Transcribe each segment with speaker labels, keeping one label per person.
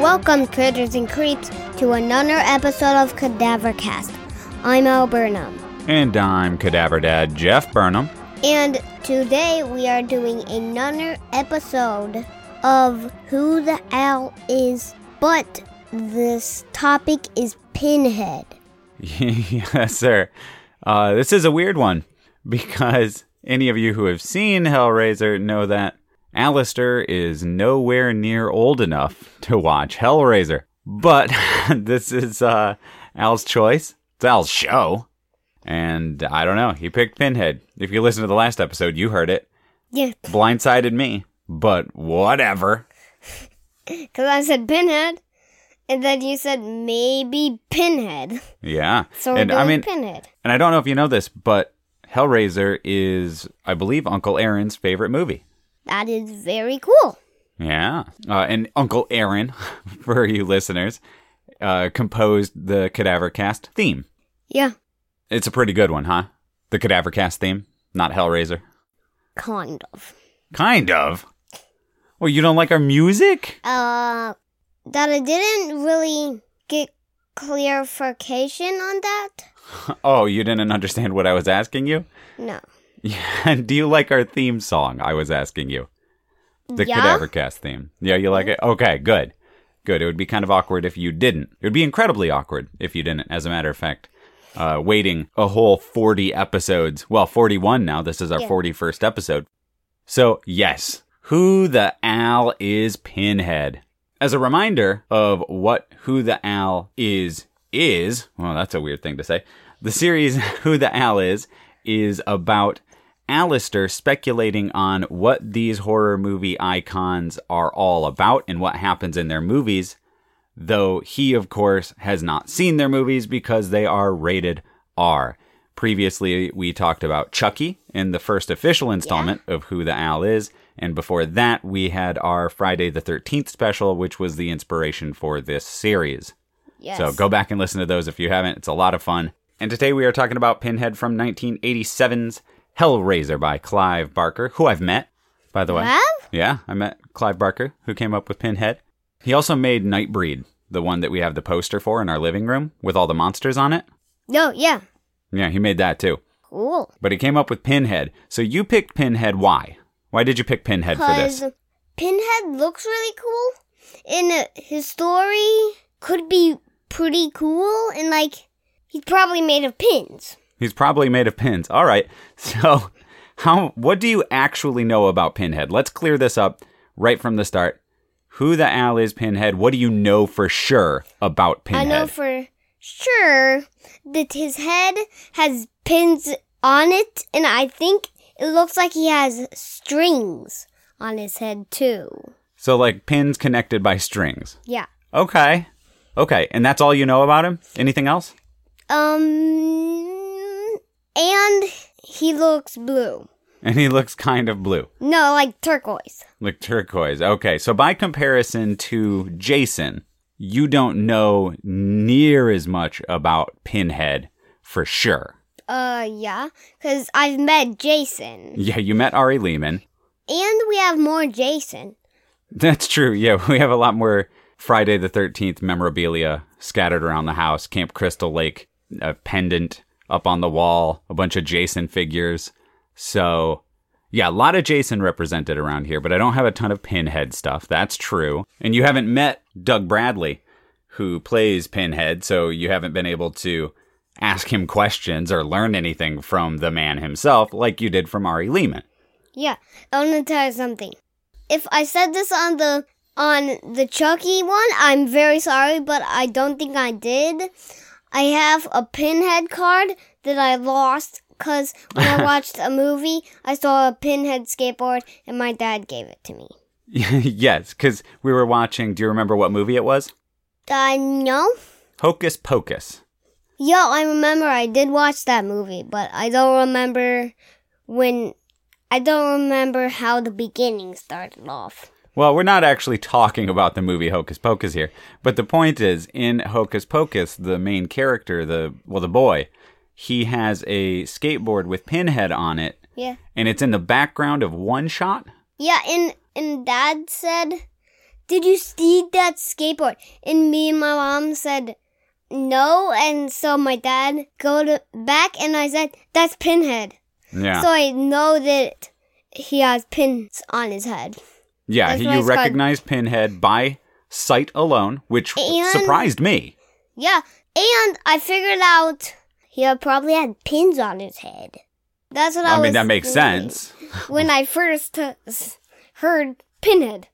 Speaker 1: Welcome, critters and creeps, to another episode of Cadavercast. I'm Al Burnham,
Speaker 2: And I'm Cadaver Dad Jeff Burnham.
Speaker 1: and today we are doing another episode of Who the Owl Is, but this topic is Pinhead.
Speaker 2: yes, sir. Uh, this is a weird one because any of you who have seen Hellraiser know that Alistair is nowhere near old enough to watch Hellraiser. But this is uh, Al's choice. It's Al's show. And I don't know. He picked Pinhead. If you listen to the last episode, you heard it.
Speaker 1: Yeah,
Speaker 2: Blindsided me. But whatever.
Speaker 1: because I said Pinhead, and then you said maybe Pinhead.
Speaker 2: Yeah.
Speaker 1: So we're
Speaker 2: and
Speaker 1: doing
Speaker 2: I mean,
Speaker 1: Pinhead.
Speaker 2: And I don't know if you know this, but Hellraiser is, I believe, Uncle Aaron's favorite movie.
Speaker 1: That is very cool.
Speaker 2: Yeah. Uh, and Uncle Aaron, for you listeners, uh, composed the Cadaver Cast theme.
Speaker 1: Yeah,
Speaker 2: It's a pretty good one, huh? The Cadaver Cast theme, not Hellraiser.
Speaker 1: kind of.
Speaker 2: Kind of. Well, you don't like our music?
Speaker 1: Uh, that I didn't really get clarification on that.
Speaker 2: Oh, you didn't understand what I was asking you?
Speaker 1: No.
Speaker 2: Yeah. Do you like our theme song? I was asking you. the
Speaker 1: yeah?
Speaker 2: cadaver cast theme yeah you like it okay good good it would be kind of awkward if you didn't it would be incredibly awkward if you didn't as a matter of fact uh, waiting a whole 40 episodes well 41 now this is our
Speaker 1: Yeah.
Speaker 2: 41st episode so yes who the owl is pinhead as a reminder of what who the owl is is well that's a weird thing to say the series who the owl is is about Alistair speculating on what these horror movie icons are all about and what happens in their movies, though he, of course, has not seen their movies because they are rated R. Previously, we talked about Chucky in the first official installment of Who the Owl Is, and before that, we had our Friday the 13th special, which was the inspiration for this series.
Speaker 1: Yes.
Speaker 2: So go back and listen to those if you haven't. It's a lot of fun. And today we are talking about Pinhead from 1987's Hellraiser by Clive Barker, who I've met, by the way.
Speaker 1: Well,
Speaker 2: Yeah, I met Clive Barker, who came up with Pinhead. He also made Nightbreed, the one that we have the poster for in our living room with all the monsters on it.
Speaker 1: no, yeah.
Speaker 2: Yeah, he made that too.
Speaker 1: Cool.
Speaker 2: But he came up with Pinhead. So you picked Pinhead. Why? Why did you pick Pinhead for this?
Speaker 1: Pinhead looks really cool, and uh, his story could be pretty cool, and like, he's probably made of pins.
Speaker 2: He's probably made of pins. All right. So, how what do you actually know about Pinhead? Let's clear this up right from the start. Who the owl is Pinhead? What do you know for sure about Pinhead?
Speaker 1: I know for sure that his head has pins on it, and I think it looks like he has strings on his head too.
Speaker 2: so like pins connected by strings.
Speaker 1: Yeah.
Speaker 2: Okay. Okay, and that's all you know about him? Anything else?
Speaker 1: Um, and he looks blue.
Speaker 2: And he looks kind of blue.
Speaker 1: No, like turquoise.
Speaker 2: Like turquoise. Okay. So by comparison to Jason, you don't know near as much about Pinhead for sure.
Speaker 1: Uh, yeah, because I've met Jason.
Speaker 2: Yeah, you met Ari Lehman.
Speaker 1: And we have more Jason.
Speaker 2: That's true. Yeah, we have a lot more Friday the 13th memorabilia scattered around the house. Camp Crystal Lake, a pendant up on the wall, a bunch of Jason figures. So, yeah, a lot of Jason represented around here, but I don't have a ton of Pinhead stuff. That's true. And you haven't met Doug Bradley, who plays Pinhead, so you haven't been able to ask him questions or learn anything from the man himself like you did from Ari Lehman.
Speaker 1: Yeah, I want to tell you something. If I said this on the on the Chucky one, I'm very sorry, but I don't think I did. I have a pinhead card that I lost because when I watched a movie, I saw a pinhead skateboard, and my dad gave it to me.
Speaker 2: yes, because we were watching. Do you remember what movie it was?
Speaker 1: I know.
Speaker 2: Hocus Pocus.
Speaker 1: Yo, I remember I did watch that movie, but I don't remember when. I don't remember how the beginning started off.
Speaker 2: Well, we're not actually talking about the movie Hocus Pocus here, but the point is in Hocus Pocus, the main character, the well, the boy, he has a skateboard with Pinhead on it,
Speaker 1: Yeah.
Speaker 2: and it's in the background of one shot.
Speaker 1: Yeah, and and dad said, "Did you see that skateboard?" And me and my mom said, "No." And so my dad go to back and I said, "That's Pinhead."
Speaker 2: Yeah,
Speaker 1: So I know that he has pins on his head.
Speaker 2: yeah.
Speaker 1: that's
Speaker 2: He,
Speaker 1: what
Speaker 2: you
Speaker 1: it's called.
Speaker 2: recognize Pinhead by sight alone, which
Speaker 1: And-
Speaker 2: surprised me.
Speaker 1: Yeah, and I figured out he probably had pins on his head. That's what I,
Speaker 2: I mean,
Speaker 1: was
Speaker 2: that makes
Speaker 1: thinking
Speaker 2: sense.
Speaker 1: When I first uh, s- heard Pinhead.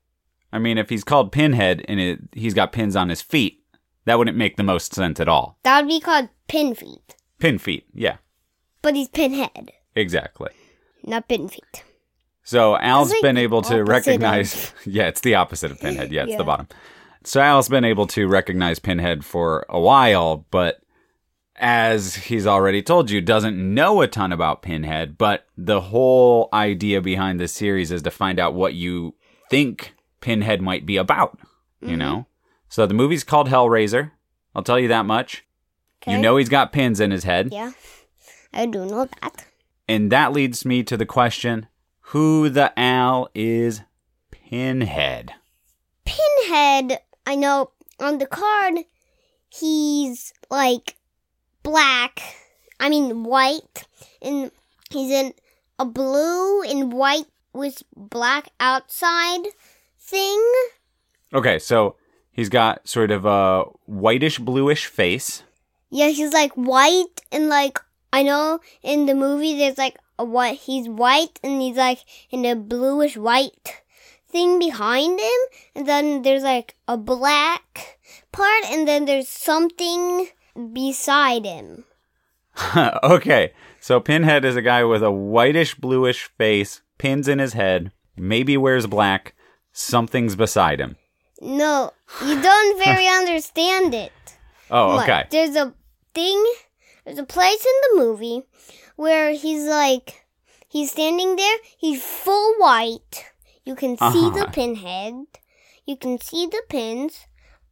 Speaker 2: I mean, if he's called Pinhead and it, he's got pins on his feet, that wouldn't make the most sense at all.
Speaker 1: That would be called pin feet.
Speaker 2: Pin feet, yeah,
Speaker 1: But he's pinhead,
Speaker 2: exactly.
Speaker 1: not pin feet.
Speaker 2: So Al's
Speaker 1: like
Speaker 2: been
Speaker 1: the
Speaker 2: able to
Speaker 1: opposite
Speaker 2: recognize. Yeah, it's the opposite of Pinhead. Yeah, it's
Speaker 1: Yeah.
Speaker 2: the bottom. So Al's been able to recognize Pinhead for a while, but as he's already told you, doesn't know a ton about Pinhead. But the whole idea behind this series is to find out what you think Pinhead might be about.
Speaker 1: Mm-hmm.
Speaker 2: You know. So the movie's called Hellraiser. I'll tell you that much. You
Speaker 1: Okay.
Speaker 2: know he's got pins in his head.
Speaker 1: Yeah, I do know that.
Speaker 2: And that leads me to the question who the Al is Pinhead?
Speaker 1: Pinhead, I know on the card, he's like black, I mean white, and he's in a blue and white with black outside thing.
Speaker 2: Okay, so he's got sort of a whitish bluish face.
Speaker 1: Yeah, he's like white and like I know in the movie there's like a white he's white and he's like in a bluish white thing behind him and then there's like a black part and then there's something beside him.
Speaker 2: okay, so Pinhead is a guy with a whitish bluish face, pins in his head, maybe wears black, something's beside him.
Speaker 1: No, you don't very understand it.
Speaker 2: Oh,
Speaker 1: Look,
Speaker 2: okay.
Speaker 1: There's a thing, there's a place in the movie where he's like, he's standing there, he's full white. You can see the
Speaker 2: Uh-huh.
Speaker 1: pinhead, you can see the pins,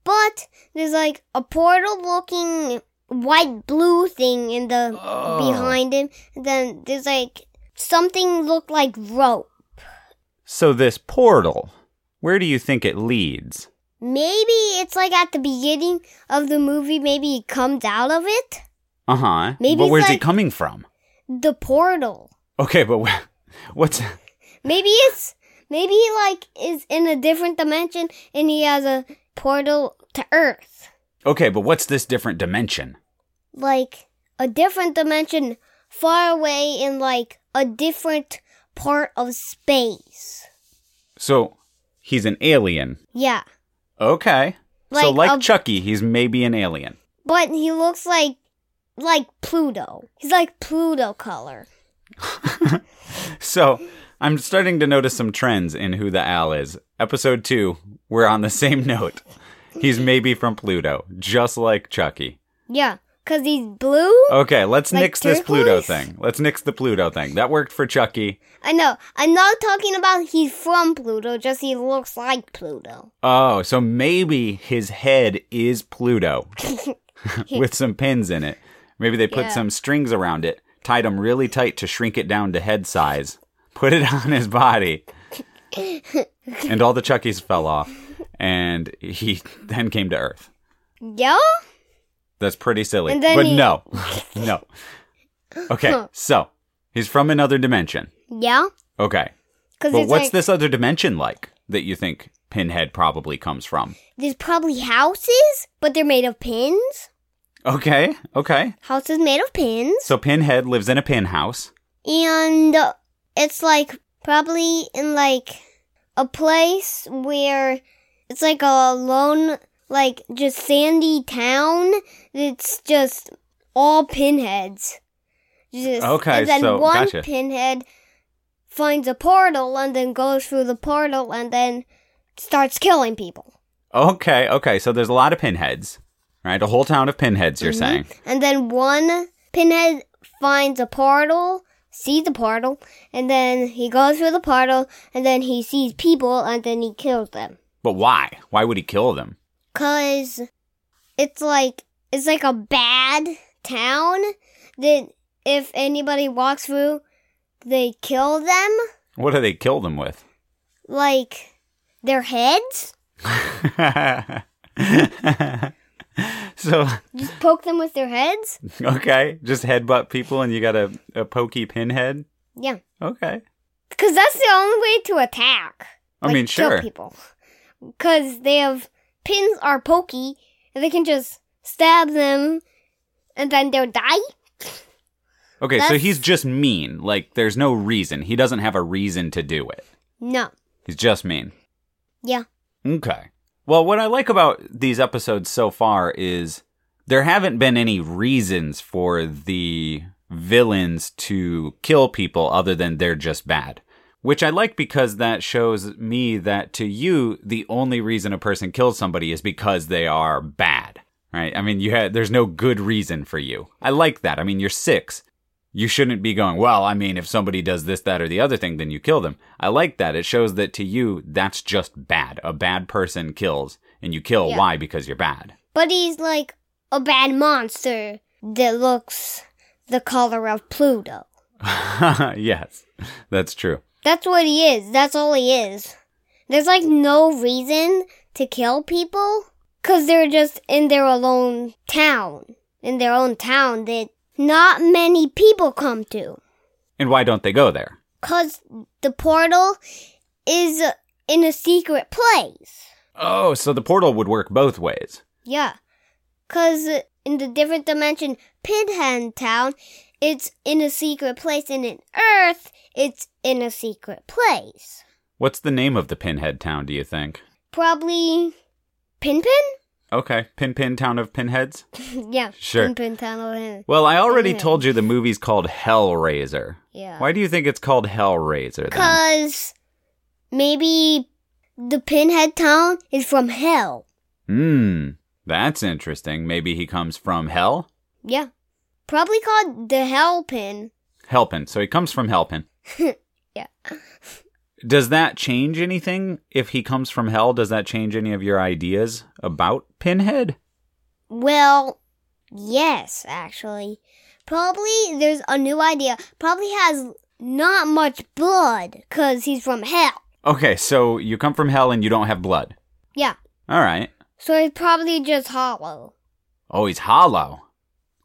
Speaker 1: but there's like a portal looking white blue thing in the
Speaker 2: Oh.
Speaker 1: behind him. And then there's like something looked like rope.
Speaker 2: So this portal, where do you think it leads?
Speaker 1: Maybe it's like at the beginning of the movie, maybe he comes out of it.
Speaker 2: Uh huh.
Speaker 1: Maybe
Speaker 2: But
Speaker 1: it's
Speaker 2: where's he
Speaker 1: like-
Speaker 2: coming from?
Speaker 1: The portal.
Speaker 2: Okay, but wh- what's
Speaker 1: Maybe it's maybe he like is in a different dimension and he has a portal to Earth.
Speaker 2: okay? But what's this different dimension?
Speaker 1: Like a different dimension far away in like a different part of space.
Speaker 2: So he's an alien.
Speaker 1: Yeah.
Speaker 2: Okay. so
Speaker 1: Like
Speaker 2: like
Speaker 1: a-
Speaker 2: Chucky, he's maybe an alien.
Speaker 1: But he looks like like Pluto. He's like Pluto color.
Speaker 2: So I'm starting to notice some trends in who the Al is. Episode two, we're on the same note. He's maybe from Pluto, just like Chucky.
Speaker 1: Yeah, cuz he's blue.
Speaker 2: Okay, let's
Speaker 1: Like
Speaker 2: nix this Pluto
Speaker 1: turquoise?
Speaker 2: thing. Let's nix the Pluto thing. That worked for Chucky.
Speaker 1: I know. I'm not talking about he's from Pluto, just he looks like Pluto.
Speaker 2: Oh, so maybe his head is Pluto with some pins in it. Maybe they put
Speaker 1: Yeah.
Speaker 2: some strings around it, tied them really tight to shrink it down to head size, put it on his body, and all the Chuckies fell off, and he then came to Earth.
Speaker 1: Yeah?
Speaker 2: That's pretty silly.
Speaker 1: And then
Speaker 2: But
Speaker 1: he-
Speaker 2: no, no. Okay, so he's from another dimension.
Speaker 1: Yeah.
Speaker 2: Okay,
Speaker 1: Cuz
Speaker 2: but
Speaker 1: it's
Speaker 2: what's
Speaker 1: like,
Speaker 2: this other dimension like that you think Pinhead probably comes from?
Speaker 1: There's probably houses, but they're made of pins.
Speaker 2: Okay, okay.
Speaker 1: Houses made of pins.
Speaker 2: So Pinhead lives in a pin house.
Speaker 1: And uh, it's like probably in like a place where it's like a lone, like just sandy town that's just all pinheads. Just,
Speaker 2: Okay,
Speaker 1: And then
Speaker 2: so-
Speaker 1: one
Speaker 2: gotcha.
Speaker 1: pinhead finds a portal and then goes through the portal and then starts killing people.
Speaker 2: Okay, okay. So there's a lot of pinheads, right? A whole town of pinheads,
Speaker 1: Mm-hmm.
Speaker 2: you're saying.
Speaker 1: And then one pinhead finds a portal, sees the portal, and then he goes through the portal, and then he sees people, and then he kills them.
Speaker 2: But why? Why would he kill them?
Speaker 1: Cause it's like it's like a bad town that if anybody walks through, they kill them,
Speaker 2: What do they kill them with?
Speaker 1: like their heads.
Speaker 2: so,
Speaker 1: Just poke them with their heads.
Speaker 2: okay, just headbutt people and you got a, a pokey pinhead?
Speaker 1: Yeah,
Speaker 2: Okay.
Speaker 1: cause that's the only way to attack.
Speaker 2: I
Speaker 1: like,
Speaker 2: mean,
Speaker 1: kill
Speaker 2: sure.
Speaker 1: people because they have pins are pokey and they can just stab them and then they'll die
Speaker 2: Okay, so
Speaker 1: That's-
Speaker 2: he's just mean. Like, there's no reason. He doesn't have a reason to do it.
Speaker 1: no
Speaker 2: He's just mean.
Speaker 1: yeah
Speaker 2: Okay. Well, what I like about these episodes so far is there haven't been any reasons for the villains to kill people other than they're just bad. Which I like because that shows me that to you, the only reason a person kills somebody is because they are bad, right? I mean, you had, there's no good reason for you. I like that. I mean, you're six you shouldn't be going, well, I mean, if somebody does this, that, or the other thing, then you kill them. I like that. It shows that to you, that's just bad. A bad person kills, and you kill.
Speaker 1: Yeah.
Speaker 2: Why? Because you're bad.
Speaker 1: but he's like a bad monster that looks the color of pluto
Speaker 2: yes, that's true.
Speaker 1: that's what he is that's all he is there's like no reason to kill people because they're just in their alone town in their own town that not many people come to
Speaker 2: And why don't they go there?
Speaker 1: Because the portal is in a secret place.
Speaker 2: Oh, so the portal would work both ways.
Speaker 1: Yeah. Because in the different dimension, Pinhead Town, it's in a secret place. And in Earth, it's in a secret place.
Speaker 2: What's the name of the Pinhead Town, do you think?
Speaker 1: Probably Pinpin?
Speaker 2: Okay, Pin Pin Town of Pinheads?
Speaker 1: yeah.
Speaker 2: Sure.
Speaker 1: Pinpin Town. over there.
Speaker 2: Well, I already
Speaker 1: Pinhead.
Speaker 2: told you the movie's called Hellraiser.
Speaker 1: Yeah.
Speaker 2: Why do you think it's called Hellraiser then?
Speaker 1: Because maybe the Pinhead Town is from hell.
Speaker 2: Hmm, that's interesting. Maybe he comes from hell?
Speaker 1: Yeah. Probably called the Hell Pin.
Speaker 2: Helpin. So he comes from Helpin.
Speaker 1: Yeah.
Speaker 2: Does that change anything? If he comes from hell, does that change any of your ideas about Pinhead?
Speaker 1: Well, yes, actually. Probably there's a new idea. Probably has not much blood because he's from hell.
Speaker 2: Okay, so you come from hell and you don't have blood.
Speaker 1: Yeah.
Speaker 2: All right.
Speaker 1: So he's probably just hollow.
Speaker 2: Oh, he's hollow.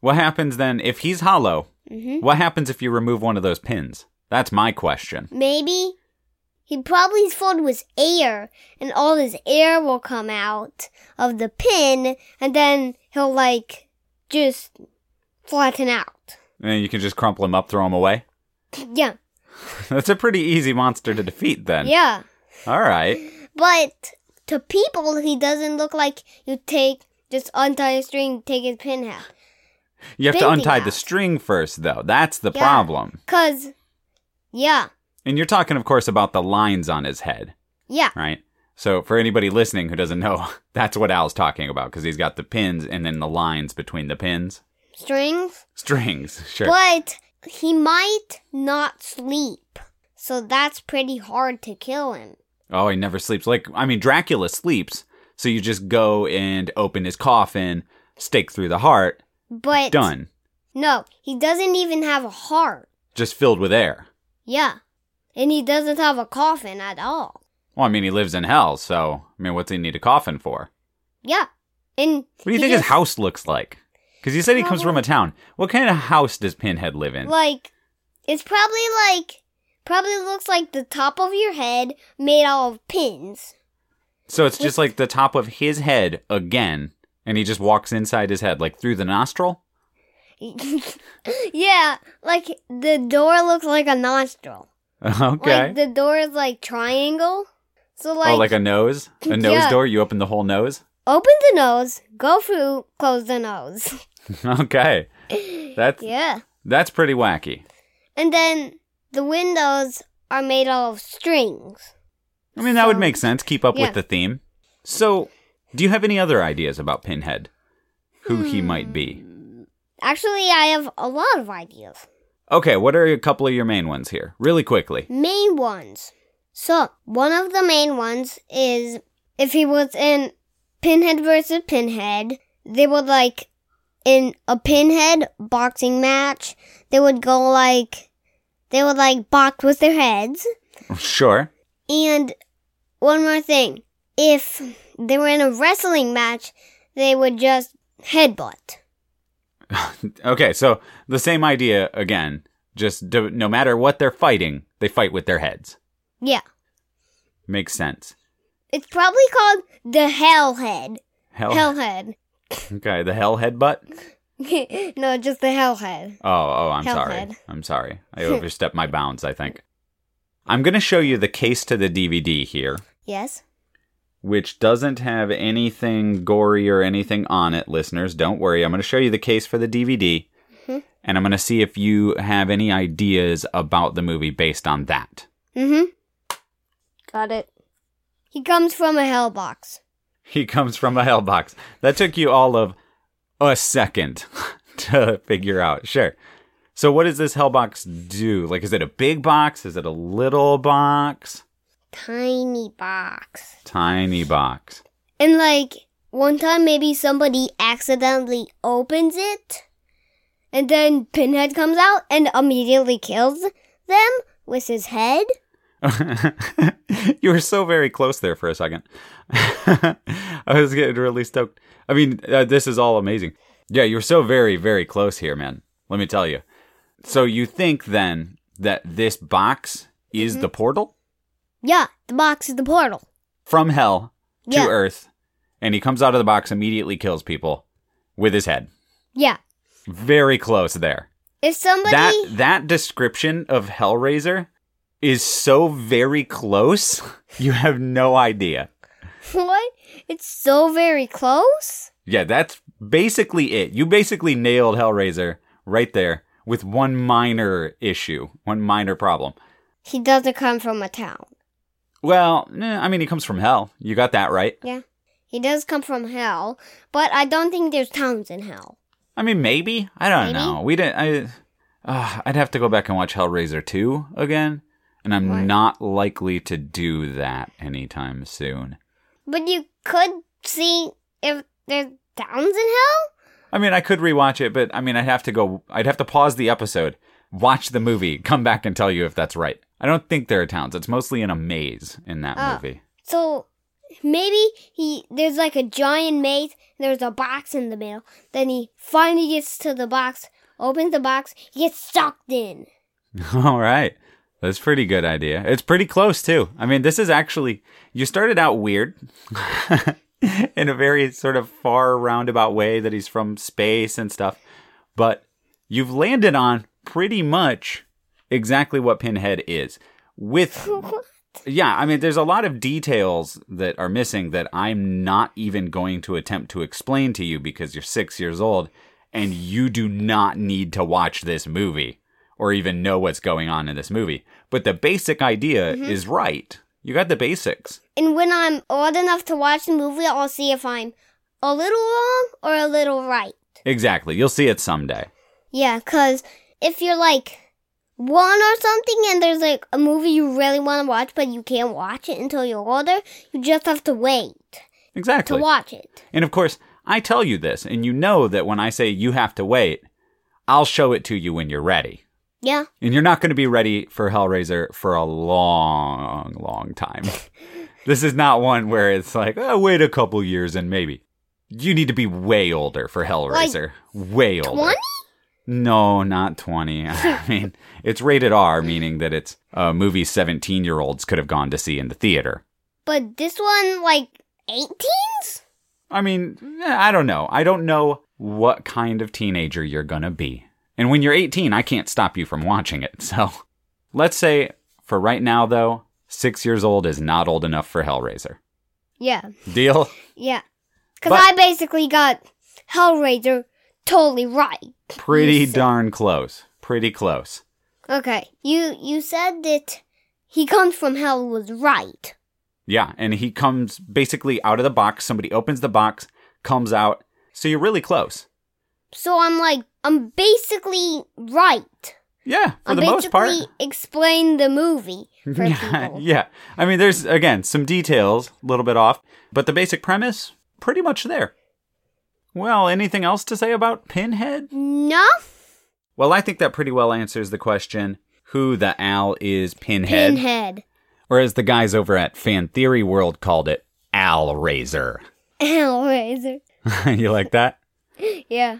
Speaker 2: What happens then if he's hollow?
Speaker 1: hmm
Speaker 2: What happens if you remove one of those pins? That's my question.
Speaker 1: Maybe. He probably is filled with air, and all his air will come out of the pin, and then he'll, like, just flatten out.
Speaker 2: And Eh, you can just crumple him up, throw him away.
Speaker 1: Yeah.
Speaker 2: That's a pretty easy monster to defeat then.
Speaker 1: Yeah.
Speaker 2: All right.
Speaker 1: But to people, he doesn't look like you take just untie a string, take his pin out.
Speaker 2: You have to
Speaker 1: Bending
Speaker 2: untie the
Speaker 1: out.
Speaker 2: string first though. That's the
Speaker 1: Yeah.
Speaker 2: problem.
Speaker 1: Cause, yeah,
Speaker 2: And you're talking of course about the lines on his head.
Speaker 1: yeah,
Speaker 2: right? So for anybody listening who doesn't know, that's what Al's talking about because he's got the pins and then the lines between the pins,
Speaker 1: strings.
Speaker 2: strings. Sure.
Speaker 1: But he might not sleep, so that's pretty hard to kill him.
Speaker 2: Oh, he never sleeps. Like I mean, Dracula sleeps. So you just go and open his coffin, stake through the heart,
Speaker 1: But
Speaker 2: done.
Speaker 1: No, he doesn't even have a heart.
Speaker 2: Just filled with air.
Speaker 1: Yeah, and he doesn't have a coffin at all.
Speaker 2: Well, I mean, he lives in hell, so I mean, what's he need a coffin for?
Speaker 1: Yeah, and
Speaker 2: What do you
Speaker 1: he
Speaker 2: think his
Speaker 1: just-
Speaker 2: house looks like? Because you said he comes from a town. What kind of house does Pinhead live in?
Speaker 1: Like, it's probably like probably looks like the top of your head made out of pins.
Speaker 2: So it's just like the top of his head again, and he just walks inside his head, like through the nostril.
Speaker 1: yeah, like the door looks like a nostril.
Speaker 2: Okay.
Speaker 1: Like the door is like triangle. So like,
Speaker 2: oh, like a nose, a nose
Speaker 1: Yeah.
Speaker 2: door. You open the whole nose.
Speaker 1: open the nose, go through, close the nose.
Speaker 2: okay, that's
Speaker 1: yeah.
Speaker 2: that's pretty wacky.
Speaker 1: And then the windows are made out of strings.
Speaker 2: I mean, that would
Speaker 1: So-
Speaker 2: make sense. Keep up
Speaker 1: Yeah.
Speaker 2: with the theme. So Do you have any other ideas about Pinhead? Who he might be?
Speaker 1: Hmm. Actually, I have a lot of ideas.
Speaker 2: Okay, what are a couple of your main ones here? Really quickly.
Speaker 1: Main ones. So, one of the main ones is if he was in Pinhead versus Pinhead, they would like in a Pinhead boxing match, they would go like they would like box with their heads.
Speaker 2: Sure.
Speaker 1: And one more thing, if they were in a wrestling match, they would just headbutt.
Speaker 2: Okay, so the same idea again. Just do, no matter what they're fighting, they fight with their heads.
Speaker 1: Yeah.
Speaker 2: Makes sense.
Speaker 1: It's probably called the Hell Head.
Speaker 2: Hell,
Speaker 1: Hell Head.
Speaker 2: Okay, the hell headbutt.
Speaker 1: no, just the Hell Head.
Speaker 2: Oh, oh, I'm
Speaker 1: Hell
Speaker 2: sorry.
Speaker 1: head.
Speaker 2: I'm sorry. I overstepped my bounds. I think. I'm going to show you the case to the DVD here,
Speaker 1: Yes.
Speaker 2: which doesn't have anything gory or anything on it. Listeners, don't worry. I'm going to show you the case for the DVD,
Speaker 1: Mhm.
Speaker 2: and I'm going to see if you have any ideas about the movie based on that.
Speaker 1: Mm-hmm. Got it. He comes from a hell box.
Speaker 2: He comes from a hell box. That took you all of a second to figure out. Sure. So what does this hell box do? Like is it a big box? Is it a little box?
Speaker 1: Tiny box.
Speaker 2: Tiny box.
Speaker 1: And like one time maybe somebody accidentally opens it and then Pinhead comes out and immediately kills them with his head.
Speaker 2: you were so very close there for a second. I was getting really stoked. I mean, uh, this is all amazing. Yeah, you were so very, very close here, man. Let me tell you. So you think then that this box is the portal
Speaker 1: Yeah, the box is the portal.
Speaker 2: from hell to
Speaker 1: Yeah.
Speaker 2: Earth, and he comes out of the box, immediately kills people with his head.
Speaker 1: Yeah.
Speaker 2: Very close there.
Speaker 1: If somebody
Speaker 2: That that description of Hellraiser is so very close. You have no idea.
Speaker 1: What? It's so very close?
Speaker 2: Yeah, that's basically it. You basically nailed Hellraiser right there with one minor issue, one minor problem.
Speaker 1: He doesn't come from a town.
Speaker 2: Well, eh, I mean, he comes from hell. You got that right.
Speaker 1: Yeah. He does come from hell, but I don't think there's towns in hell.
Speaker 2: I mean, maybe. I don't
Speaker 1: Maybe.
Speaker 2: know. We didn't. I, uh, I'd have to go back and watch Hellraiser 2 again, and I'm
Speaker 1: Right.
Speaker 2: not likely to do that anytime soon.
Speaker 1: But you could see if there's towns in hell?
Speaker 2: I mean, I could rewatch it, but I mean, I'd have to go. I'd have to pause the episode, watch the movie, come back and tell you if that's right. I don't think there are towns. It's mostly in a maze in that
Speaker 1: Oh.
Speaker 2: movie.
Speaker 1: So maybe he there's like a giant maze, there's a box in the middle. Then he finally gets to the box, opens the box, he gets sucked in.
Speaker 2: All right. That's a pretty good idea. It's pretty close too. I mean, this is actually you started out weird in a very sort of far roundabout way that he's from space and stuff, but you've landed on pretty much exactly what Pinhead is. With yeah, I mean, there's a lot of details that are missing that I'm not even going to attempt to explain to you because you're six years old and you do not need to watch this movie or even know what's going on in this movie. But the basic idea is right. You got the basics.
Speaker 1: And when I'm old enough to watch the movie, I'll see if I'm a little wrong or a little right.
Speaker 2: Exactly. You'll see it someday.
Speaker 1: Yeah, because if you're like one or something and there's like a movie you really want to watch, but you can't watch it until you're older, you just have to wait to
Speaker 2: Exactly.
Speaker 1: watch it.
Speaker 2: And of course, I tell you this, and you know that when I say you have to wait, I'll show it to you when you're ready.
Speaker 1: Yeah.
Speaker 2: And you're not going to be ready for Hellraiser for a long, long time. this is not one where it's like, oh, wait a couple years and maybe. You need to be way older for Hellraiser. way older.
Speaker 1: 20?
Speaker 2: No, not 20. I mean, it's rated R, meaning that it's a movie 17 year olds could have gone to see in the theater.
Speaker 1: But this one, like 18s?
Speaker 2: I mean, eh, I don't know. I don't know what kind of teenager you're going to be. And when you're 18, I can't stop you from watching it. So let's say for right now, though, six years old is not old enough for Hellraiser.
Speaker 1: Yeah.
Speaker 2: Deal?
Speaker 1: Yeah. Because
Speaker 2: But-
Speaker 1: I basically got Hellraiser totally right.
Speaker 2: Pretty
Speaker 1: You said-
Speaker 2: darn close. Pretty close.
Speaker 1: Okay. You you said that he comes from hell was right.
Speaker 2: Yeah, and he comes basically out of the box. Somebody opens the box, comes out. So you're really close.
Speaker 1: So I'm like, I'm basically right.
Speaker 2: Yeah, for
Speaker 1: I'm
Speaker 2: the most part.
Speaker 1: basically explain the movie for
Speaker 2: yeah,
Speaker 1: people.
Speaker 2: yeah. I mean, there's again some details, a little bit off, but the basic premise pretty much there. Well, anything else to say about Pinhead?
Speaker 1: No,
Speaker 2: Well, I think that pretty well answers the question who the Al is Pinhead,
Speaker 1: pinhead.
Speaker 2: or as the guys over at Fan Theory World called it, Al Razor.
Speaker 1: Hellraiser.
Speaker 2: you like that?
Speaker 1: Yeah.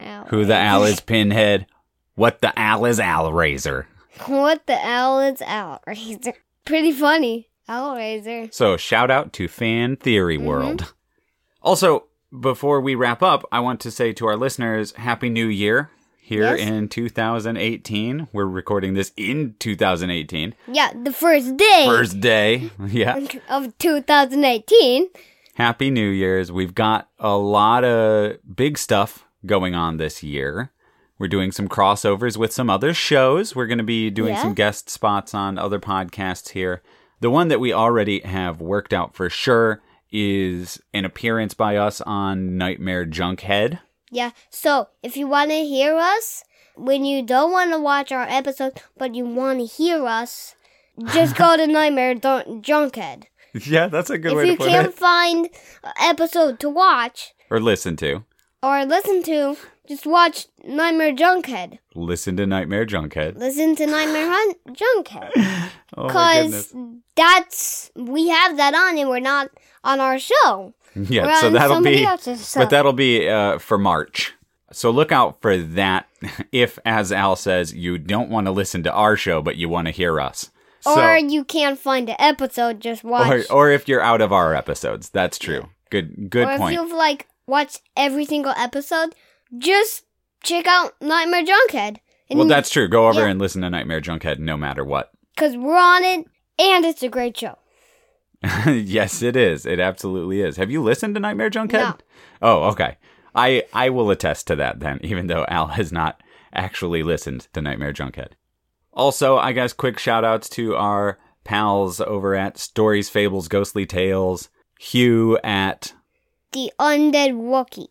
Speaker 1: Ow.
Speaker 2: Who the Al is Pinhead? What the Al is Al Razor?
Speaker 1: What the owl is Hellraiser? Pretty funny. Hellraiser.
Speaker 2: So shout out to Fan Theory World. Also, before we wrap up, I want to say to our listeners, Happy New Year here
Speaker 1: Yes.
Speaker 2: in 2018. We're recording this in 2018.
Speaker 1: Yeah, the first day
Speaker 2: First day. Yeah.
Speaker 1: of 2018.
Speaker 2: Happy New Year's. We've got a lot of big stuff going on this year. We're doing some crossovers with some other shows. We're going to be doing
Speaker 1: Yeah.
Speaker 2: some guest spots on other podcasts here. The one that we already have worked out for sure is an appearance by us on Nightmare Junkhead.
Speaker 1: Yeah, so if you want to hear us, when you don't want to watch our episode, but you want to hear us, just go to Nightmare Dun- Junkhead.
Speaker 2: Yeah, that's a good
Speaker 1: If you can't find an episode to watch
Speaker 2: Or listen to.
Speaker 1: or listen to, just watch Nightmare Junkhead.
Speaker 2: Listen to Nightmare Junkhead.
Speaker 1: Listen to Nightmare Hun- Junkhead.
Speaker 2: Oh, my
Speaker 1: Because
Speaker 2: goodness.
Speaker 1: that's, we have that on and we're not on our show. we're
Speaker 2: Yeah, so
Speaker 1: on
Speaker 2: that'll
Speaker 1: somebody
Speaker 2: be.
Speaker 1: else's show.
Speaker 2: But that'll be uh, for March. So look out for that if, as Al says, you don't want to listen to our show, but you want to hear us.
Speaker 1: or
Speaker 2: So, Oh,
Speaker 1: you can't find the episode, just watch.
Speaker 2: or, or if you're out of our episodes. That's true. Good good
Speaker 1: or
Speaker 2: point.
Speaker 1: if you've like watched every single episode, just check out Nightmare Junkhead. And
Speaker 2: Well, that's true. Go over
Speaker 1: yeah.
Speaker 2: and listen to Nightmare Junkhead no matter what.
Speaker 1: because we're on it, and it's a great show.
Speaker 2: yes, it is. It absolutely is. Have you listened to Nightmare Junkhead?
Speaker 1: No.
Speaker 2: Oh, okay. I I will attest to that then, even though Al has not actually listened to Nightmare Junkhead. Also, I guess quick shout outs to our pals over at Stories, Fables, Ghostly Tales, Hugh at
Speaker 1: The Undead Wookiee.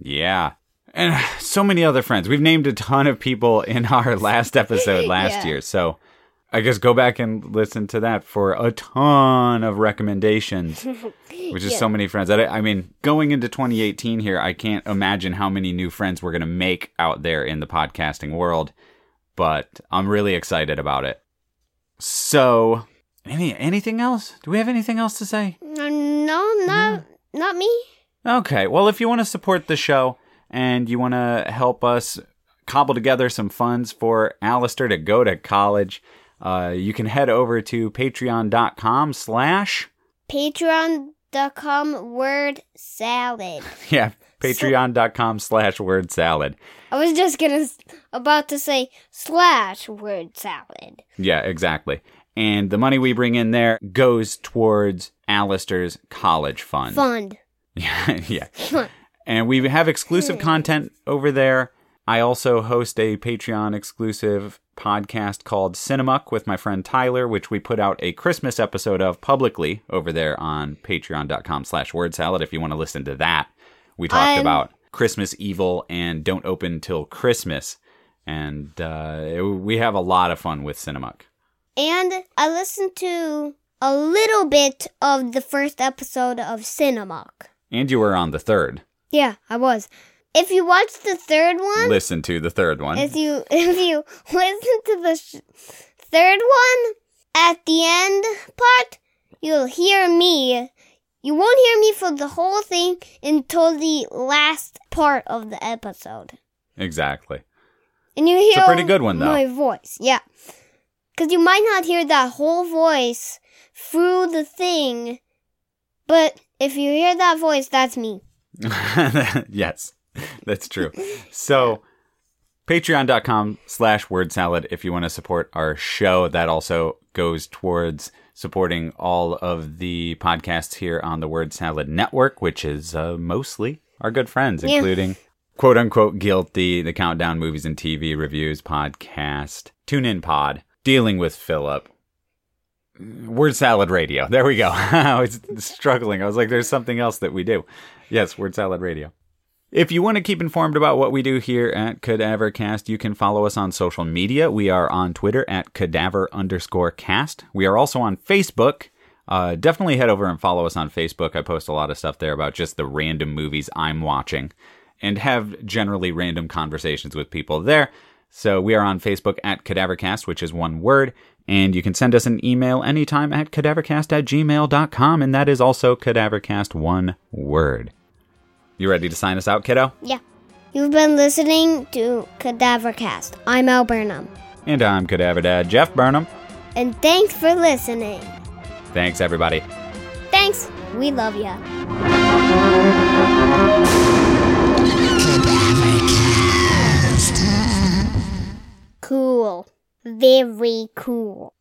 Speaker 2: yeah. And so many other friends. We've named a ton of people in our last episode last
Speaker 1: Yeah.
Speaker 2: year. So I guess go back and listen to that for a ton of recommendations, which is so many friends. I, I mean, going into 2018 here, I can't imagine how many new friends we're going to make out there in the podcasting world, but I'm really excited about it. So, any anything else? Do we have anything else to say?
Speaker 1: No, Mm, no, not not me.
Speaker 2: Okay. Well, if you want to support the show and you want to help us cobble together some funds for Alistair to go to college, uh, you can head over to patreon.com slash
Speaker 1: Patreon.com word salad.
Speaker 2: yeah patreon.com slash word salad
Speaker 1: I was just gonna s- about to say slash word salad.
Speaker 2: yeah exactly and the money we bring in there goes towards Alistair's college fund
Speaker 1: Fund.
Speaker 2: Yeah, yeah. And we have exclusive content over there. I also host a Patreon exclusive podcast called Cinemuck with my friend Tyler, which we put out a Christmas episode of publicly over there on patreon.com slash word salad if you want to listen to that. We talked
Speaker 1: I'm-
Speaker 2: about Christmas evil and don't open till Christmas. And uh, it- we have a lot of fun with Cinemuck.
Speaker 1: And I listened to a little bit of the first episode of Cinemark.
Speaker 2: And you were on the third.
Speaker 1: Yeah, I was. If you watch the third one,
Speaker 2: Listen to the third one.
Speaker 1: if you if you listen to the sh- third one at the end part, you'll hear me. You won't hear me for the whole thing until the last part of the episode,
Speaker 2: Exactly.
Speaker 1: and you hear
Speaker 2: a pretty good one, though.
Speaker 1: My voice, yeah, because you might not hear that whole voice through the thing, but if you hear that voice, that's me.
Speaker 2: yes, that's true. So, patreon.com slash word salad if you want to support our show. That also goes towards supporting all of the podcasts here on the Word Salad Network, which is uh, mostly our good friends,
Speaker 1: Yeah.
Speaker 2: including quote unquote guilty, the Countdown Movies and TV Reviews podcast, Tune In Pod, Dealing with Philip, Word salad radio. There we go. I was struggling. I was like, there's something else that we do. Yes, word salad radio. If you want to keep informed about what we do here at Cadavercast, you can follow us on social media. We are on Twitter at cadaver underscore cast. We are also on Facebook. Uh, definitely head over and follow us on Facebook. I post a lot of stuff there about just the random movies I'm watching and have generally random conversations with people there. So we are on Facebook at cadavercast, which is one word. And you can send us an email anytime at cadavercast at gmail.com. And that is also cadavercast, one word. You ready to sign us out, kiddo?
Speaker 1: Yeah. You've been listening to Cadavercast. I'm Al Burnham.
Speaker 2: And I'm Cadaver Dad Jeff Burnham.
Speaker 1: And thanks for listening.
Speaker 2: Thanks, everybody.
Speaker 1: Thanks. We love ya. Cool. Very cool.